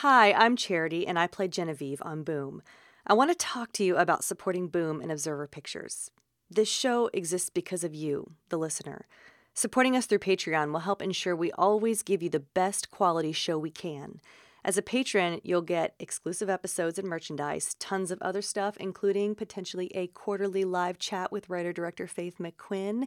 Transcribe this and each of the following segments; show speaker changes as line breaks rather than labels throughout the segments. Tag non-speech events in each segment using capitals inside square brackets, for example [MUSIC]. Hi, I'm Charity, and I play Genevieve on Boom. I want to talk to you about supporting Boom and Observer Pictures. This show exists because of you, the listener. Supporting us through Patreon will help ensure we always give you the best quality show we can. As a patron, you'll get exclusive episodes and merchandise, tons of other stuff, including potentially a quarterly live chat with writer director Faith McQuinn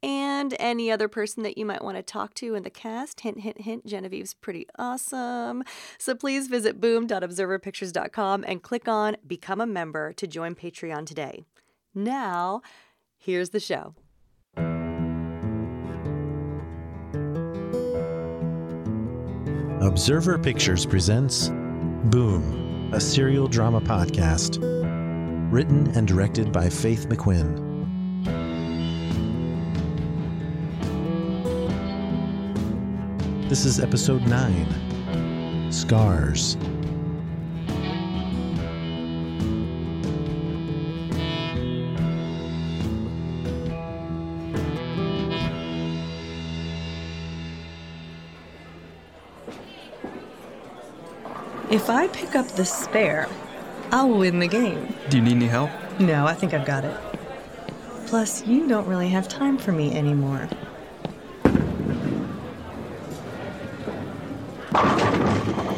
and any other person that you might want to talk to in the cast. Hint, hint, hint, Genevieve's pretty awesome. So please visit boom.observerpictures.com and click on Become a Member to join Patreon today. Now, here's the show.
Observer Pictures presents Boom, a serial drama podcast. Written and directed by Faith McQuinn. This is episode 9 Scars.
If I pick up the spare, I'll win the game.
Do you need any help?
No, I think I've got it. Plus, you don't really have time for me anymore.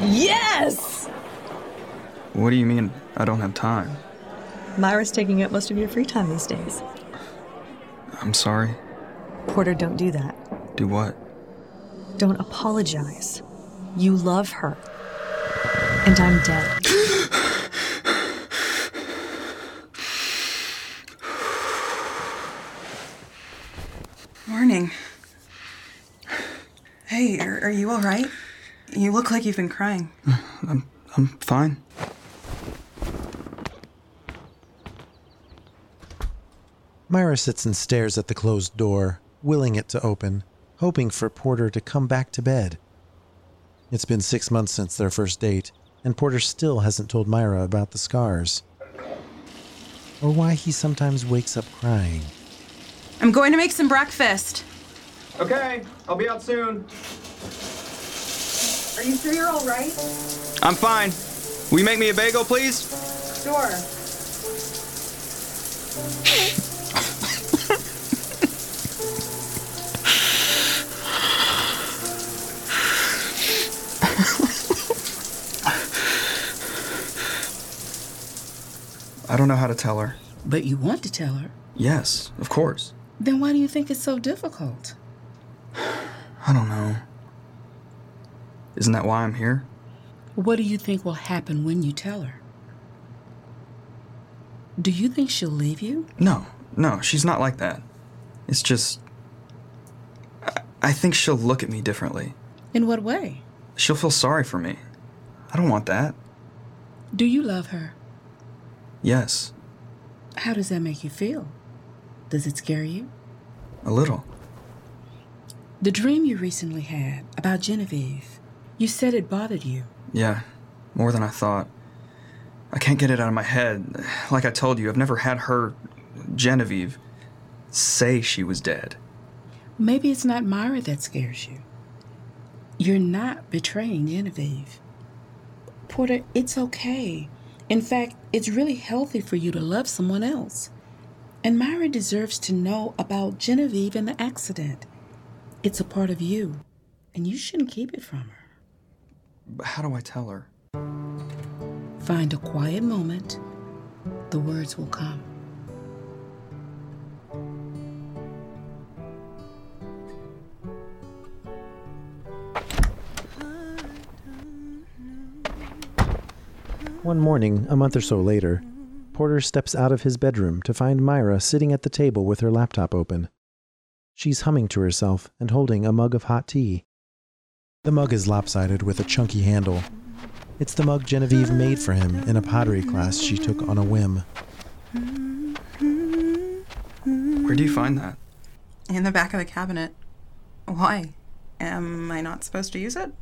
Yes!
What do you mean I don't have time?
Myra's taking up most of your free time these days.
I'm sorry.
Porter, don't do that.
Do what? [SIGHS]
Don't apologize. You love her. And I'm dead. [GASPS]
Morning. Hey, are, are you all right? You look like you've been crying.
I'm fine.
Myra sits and stares at the closed door, willing it to open, hoping for Porter to come back to bed. It's been six months since their first date, and Porter still hasn't told Myra about the scars. Or why he sometimes wakes up crying.
I'm going to make some breakfast.
Okay, I'll be out soon.
Are you sure you're all right?
I'm fine. Will you make me a bagel, please?
Sure.
I don't know how to tell her.
But you want to tell her.
Yes, of course.
Then why do you think it's so difficult?
I don't know. Isn't that why I'm here?
What do you think will happen when you tell her? Do you think she'll leave you?
No, no, she's not like that. It's just. I, I think she'll look at me differently.
In what way?
She'll feel sorry for me. I don't want that.
Do you love her?
Yes,
How does that make you feel? Does it scare you?
a little.
The dream you recently had about Genevieve, you said it bothered you.
Yeah, more than I thought. I can't get it out of my head. Like I told you, I've never had her Genevieve say she was dead.
Maybe it's not Myra that scares you. You're not betraying Genevieve. Porter, it's okay. In fact, it's really healthy for you to love someone else. And Myra deserves to know about Genevieve and the accident. It's a part of you, and you shouldn't keep it from her.
But how do I tell her?
Find a quiet moment, the words will come.
One morning, a month or so later, Porter steps out of his bedroom to find Myra sitting at the table with her laptop open. She's humming to herself and holding a mug of hot tea. The mug is lopsided with a chunky handle. It's the mug Genevieve made for him in a pottery class she took on a whim.
Where do you find that?
Hmm. In the back of the cabinet. Why? Am I not supposed to use it?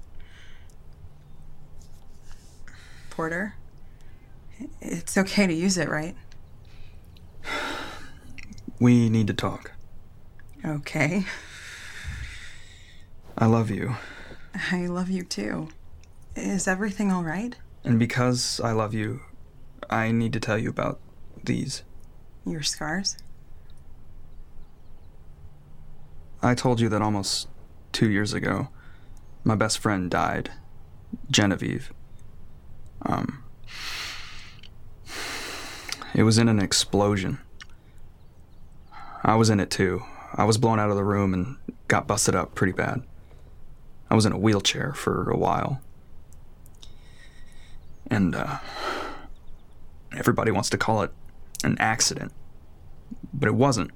Porter. It's okay to use it, right?
We need to talk.
Okay.
I love you.
I love you too. Is everything all right?
And because I love you, I need to tell you about these.
Your scars?
I told you that almost two years ago, my best friend died, Genevieve. Um, it was in an explosion. I was in it too. I was blown out of the room and got busted up pretty bad. I was in a wheelchair for a while. And uh, everybody wants to call it an accident, but it wasn't.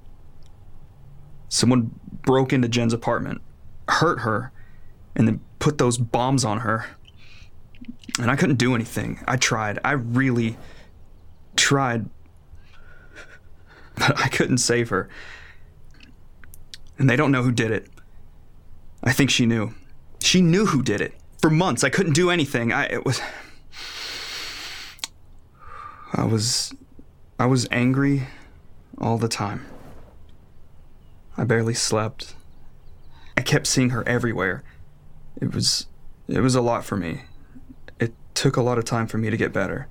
Someone broke into Jen's apartment, hurt her, and then put those bombs on her and I couldn't do anything. I tried. I really tried. [LAUGHS] But I couldn't save her. And they don't know who did it. I think she knew. She knew who did it. For months, I couldn't do anything. I it was I was I was angry all the time. I barely slept. I kept seeing her everywhere. It was it was a lot for me took a lot of time for me to get better.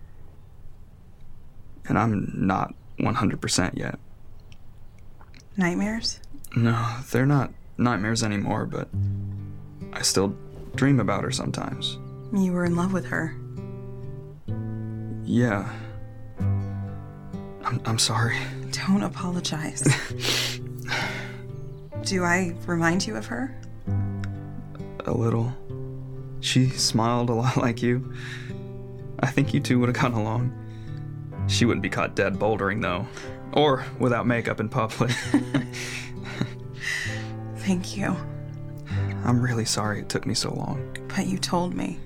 And I'm not 100% yet.
Nightmares?
No, they're not nightmares anymore, but I still dream about her sometimes.
You were in love with her.
Yeah. I'm, I'm sorry.
Don't [SIGHS] apologize. Do I remind you of her?
A little. She smiled a lot [LAUGHS] like you. I think you two would have gotten along. She wouldn't be caught dead bouldering, though, or without makeup in public. [LAUGHS]
Thank you.
I'm really sorry it took me so long.
But you told me.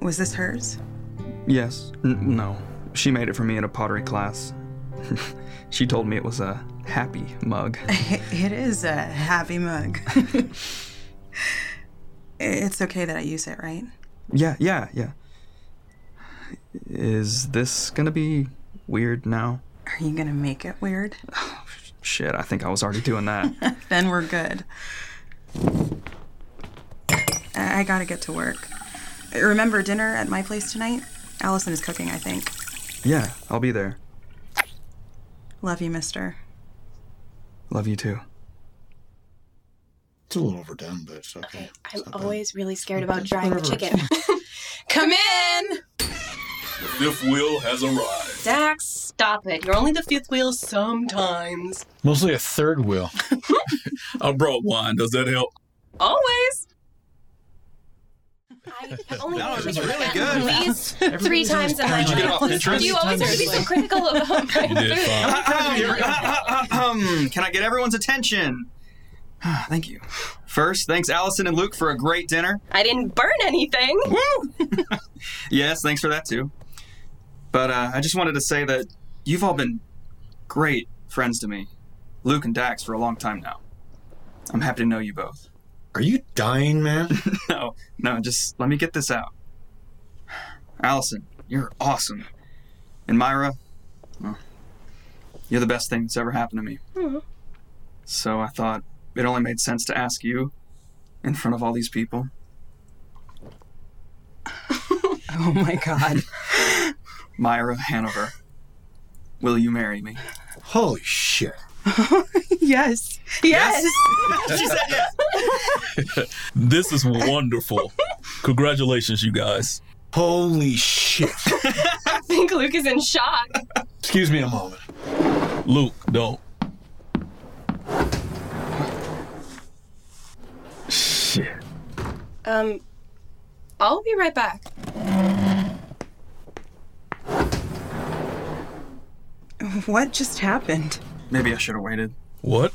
Was this hers?
Yes. N- no. She made it for me in a pottery class. [LAUGHS] she told me it was a happy mug.
It is a happy mug. [LAUGHS] It's okay that I use it, right?
Yeah, yeah, yeah. Is this gonna be weird now?
Are you gonna make it weird?
Oh, shit, I think I was already doing that.
then we're good. I-, I gotta get to work. Remember dinner at my place tonight? Allison is cooking, I think.
Yeah, I'll be there.
Love you, mister.
Love you too.
It's a little overdone, but it's okay.
I'm always really scared about drying the chicken. [LAUGHS] Come in!
The fifth wheel has arrived.
Dax, stop it. You're only the fifth wheel sometimes.
Mostly a
[LAUGHS]
third wheel.
I brought wine. Does that help? [LAUGHS]
Always!
[LAUGHS]
I have only
That
watched
was
it
really
at
good.
least
[LAUGHS]
three times in my
Did you get off
life.
Pinterest?
You always have to be so
[LAUGHS]
critical of my
You did [LAUGHS] fine.
[CLEARS THROAT] Can I get everyone's attention? [SIGHS] Ah, Thank you. First, thanks Allison and Luke for a great dinner.
I didn't burn anything.
Yes, thanks for that too. But uh, I just wanted to say that you've all been great friends to me, Luke and Dax, for a long time now. I'm happy to know you both.
Are you dying, man?
[LAUGHS] No, no, just let me get this out. Allison, you're awesome. And Myra, well, You're the best thing that's ever happened to me.
Oh.
So I thought it only made sense to ask you in front of all these people.
[LAUGHS] Oh my god.
Myra Hanover, will you marry me?
Holy shit.
yes. Yes.
[LAUGHS] She said yes.
this is wonderful. Congratulations, you guys.
Holy shit.
I think Luke is in shock.
Excuse me a moment.
Luke, don't.
Shit.
Um, I'll be right back.
What just happened?
Maybe I should have waited.
What?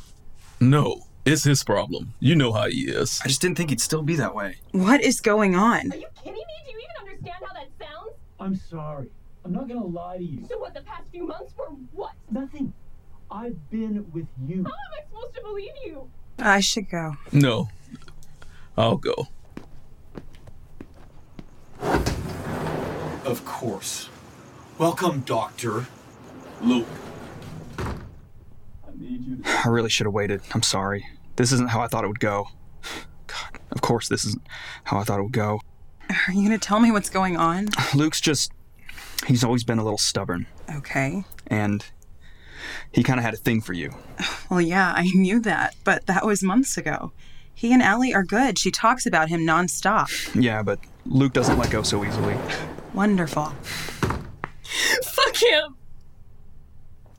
No, it's his problem. You know how he is.
I just didn't think he'd still be that way.
What is going
Kidding
on?
me? Do you even understand how that sounds?
I'm sorry. I'm not gonna lie to you.
So what? The past few months were what?
Nothing. I've been with you.
How am I supposed to believe you?
I should go.
No, I'll go.
Of course. Welcome, Doctor.
Luke.
I really should have waited. I'm sorry. This isn't how I thought it would go. God, of course, this isn't how I thought it would go.
Are you going to tell me what's going on?
Luke's just. He's always been a little stubborn,
Okay.
and he kind of had a thing for you.
Well, yeah, I knew that, but that was months ago. He and Allie are good. She talks about him nonstop.
Yeah, but Luke doesn't let go so easily.
Wonderful.
Fuck him.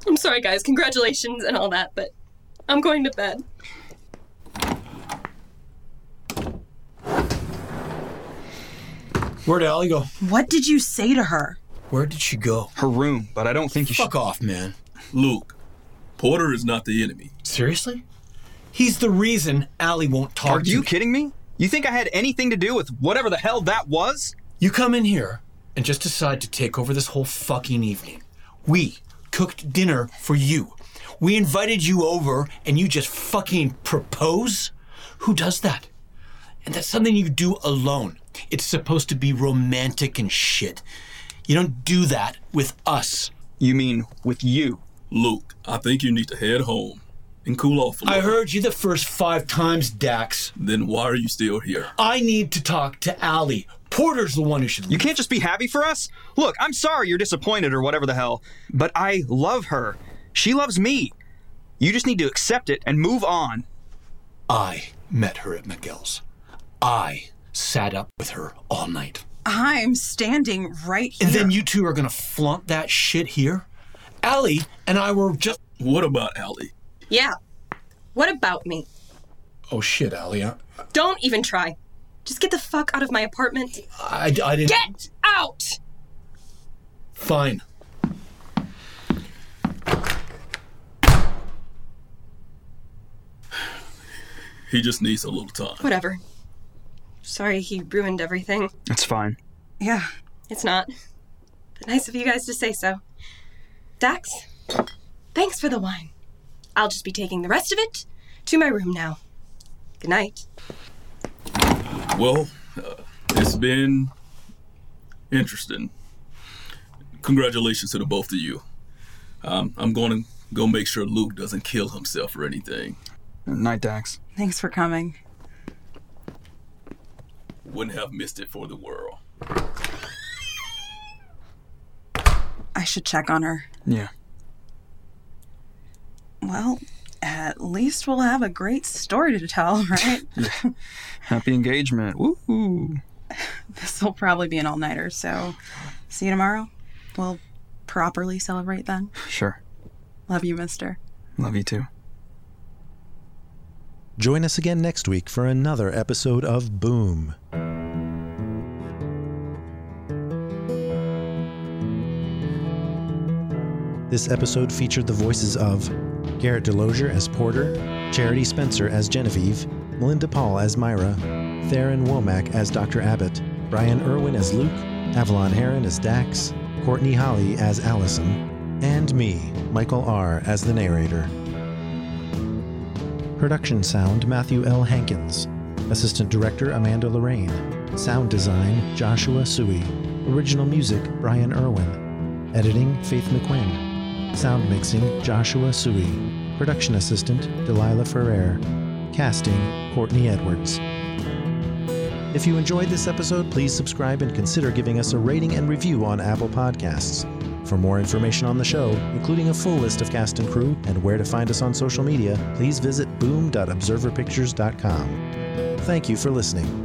I'm sorry, guys. Congratulations and all that, but I'm going to bed.
Where'd Allie go?
What did you say to her?
Where did she go?
Her room, but I don't think you
Fuck off, man.
Luke, Porter is not the enemy.
Seriously? He's the reason Allie won't talk
Are
to
you
me.
kidding me? You think I had anything to do with whatever the hell that was?
You come in here and just decide to take over this whole fucking evening. We cooked dinner for you. We invited you over and you just fucking propose? Who does that? And that's something you do alone. It's supposed to be romantic and shit. You don't do that with us.
You mean with you?
Luke, I think you need to head home and cool off a
I
little.
heard you the first five times, Dax.
Then why are you still here?
I need to talk to Allie. Porter's the one who should
You
leave.
can't just be happy for us? Look, I'm sorry you're disappointed or whatever the hell, but I love her. She loves me. You just need to accept it and move on.
I met her at Miguel's. I sat up with her all night.
I'm standing right here.
And then you two are gonna flaunt that shit here? Allie and I were just.
What about Allie?
Yeah. What about me?
Oh shit, Allie. I,
Don't even try. Just get the fuck out of my apartment.
I, I didn't.
Get out!
Fine.
He just needs a little time.
Whatever. Sorry he ruined everything.
It's fine.
Yeah.
It's not. But nice of you guys to say so. Dax, thanks for the wine. I'll just be taking the rest of it to my room now. Good night.
Well, uh, it's been interesting. Congratulations to the both of you. Um, I'm going to go make sure Luke doesn't kill himself or anything.
Night, Dax.
Thanks for coming.
Wouldn't have missed it for the world.
I should check on her.
Yeah.
Well, at least we'll have a great story to tell, [LAUGHS] right?
[LAUGHS] Happy engagement. Woo!
this will probably be an all nighter, so see you tomorrow. We'll properly celebrate then.
Sure.
Love you, mister.
Love you too.
Join us again next week for another episode of Boom. This episode featured the voices of Garrett DeLozier as Porter, Charity Spencer as Genevieve, Melinda Paul as Myra, Theron Womack as Dr. Abbott, Brian Irwin as Luke, Avalon Heron as Dax, Courtney Holly as Allison, and me, Michael R., as the narrator. Production sound Matthew L. Hankins. Assistant director Amanda Lorraine. Sound design Joshua Suey. Original music Brian Irwin. Editing Faith McQuinn. Sound mixing, Joshua Sui. Production assistant, Delilah Ferrer. Casting, Courtney Edwards. If you enjoyed this episode, please subscribe and consider giving us a rating and review on Apple Podcasts. For more information on the show, including a full list of cast and crew and where to find us on social media, please visit boom.observerpictures.com. Thank you for listening.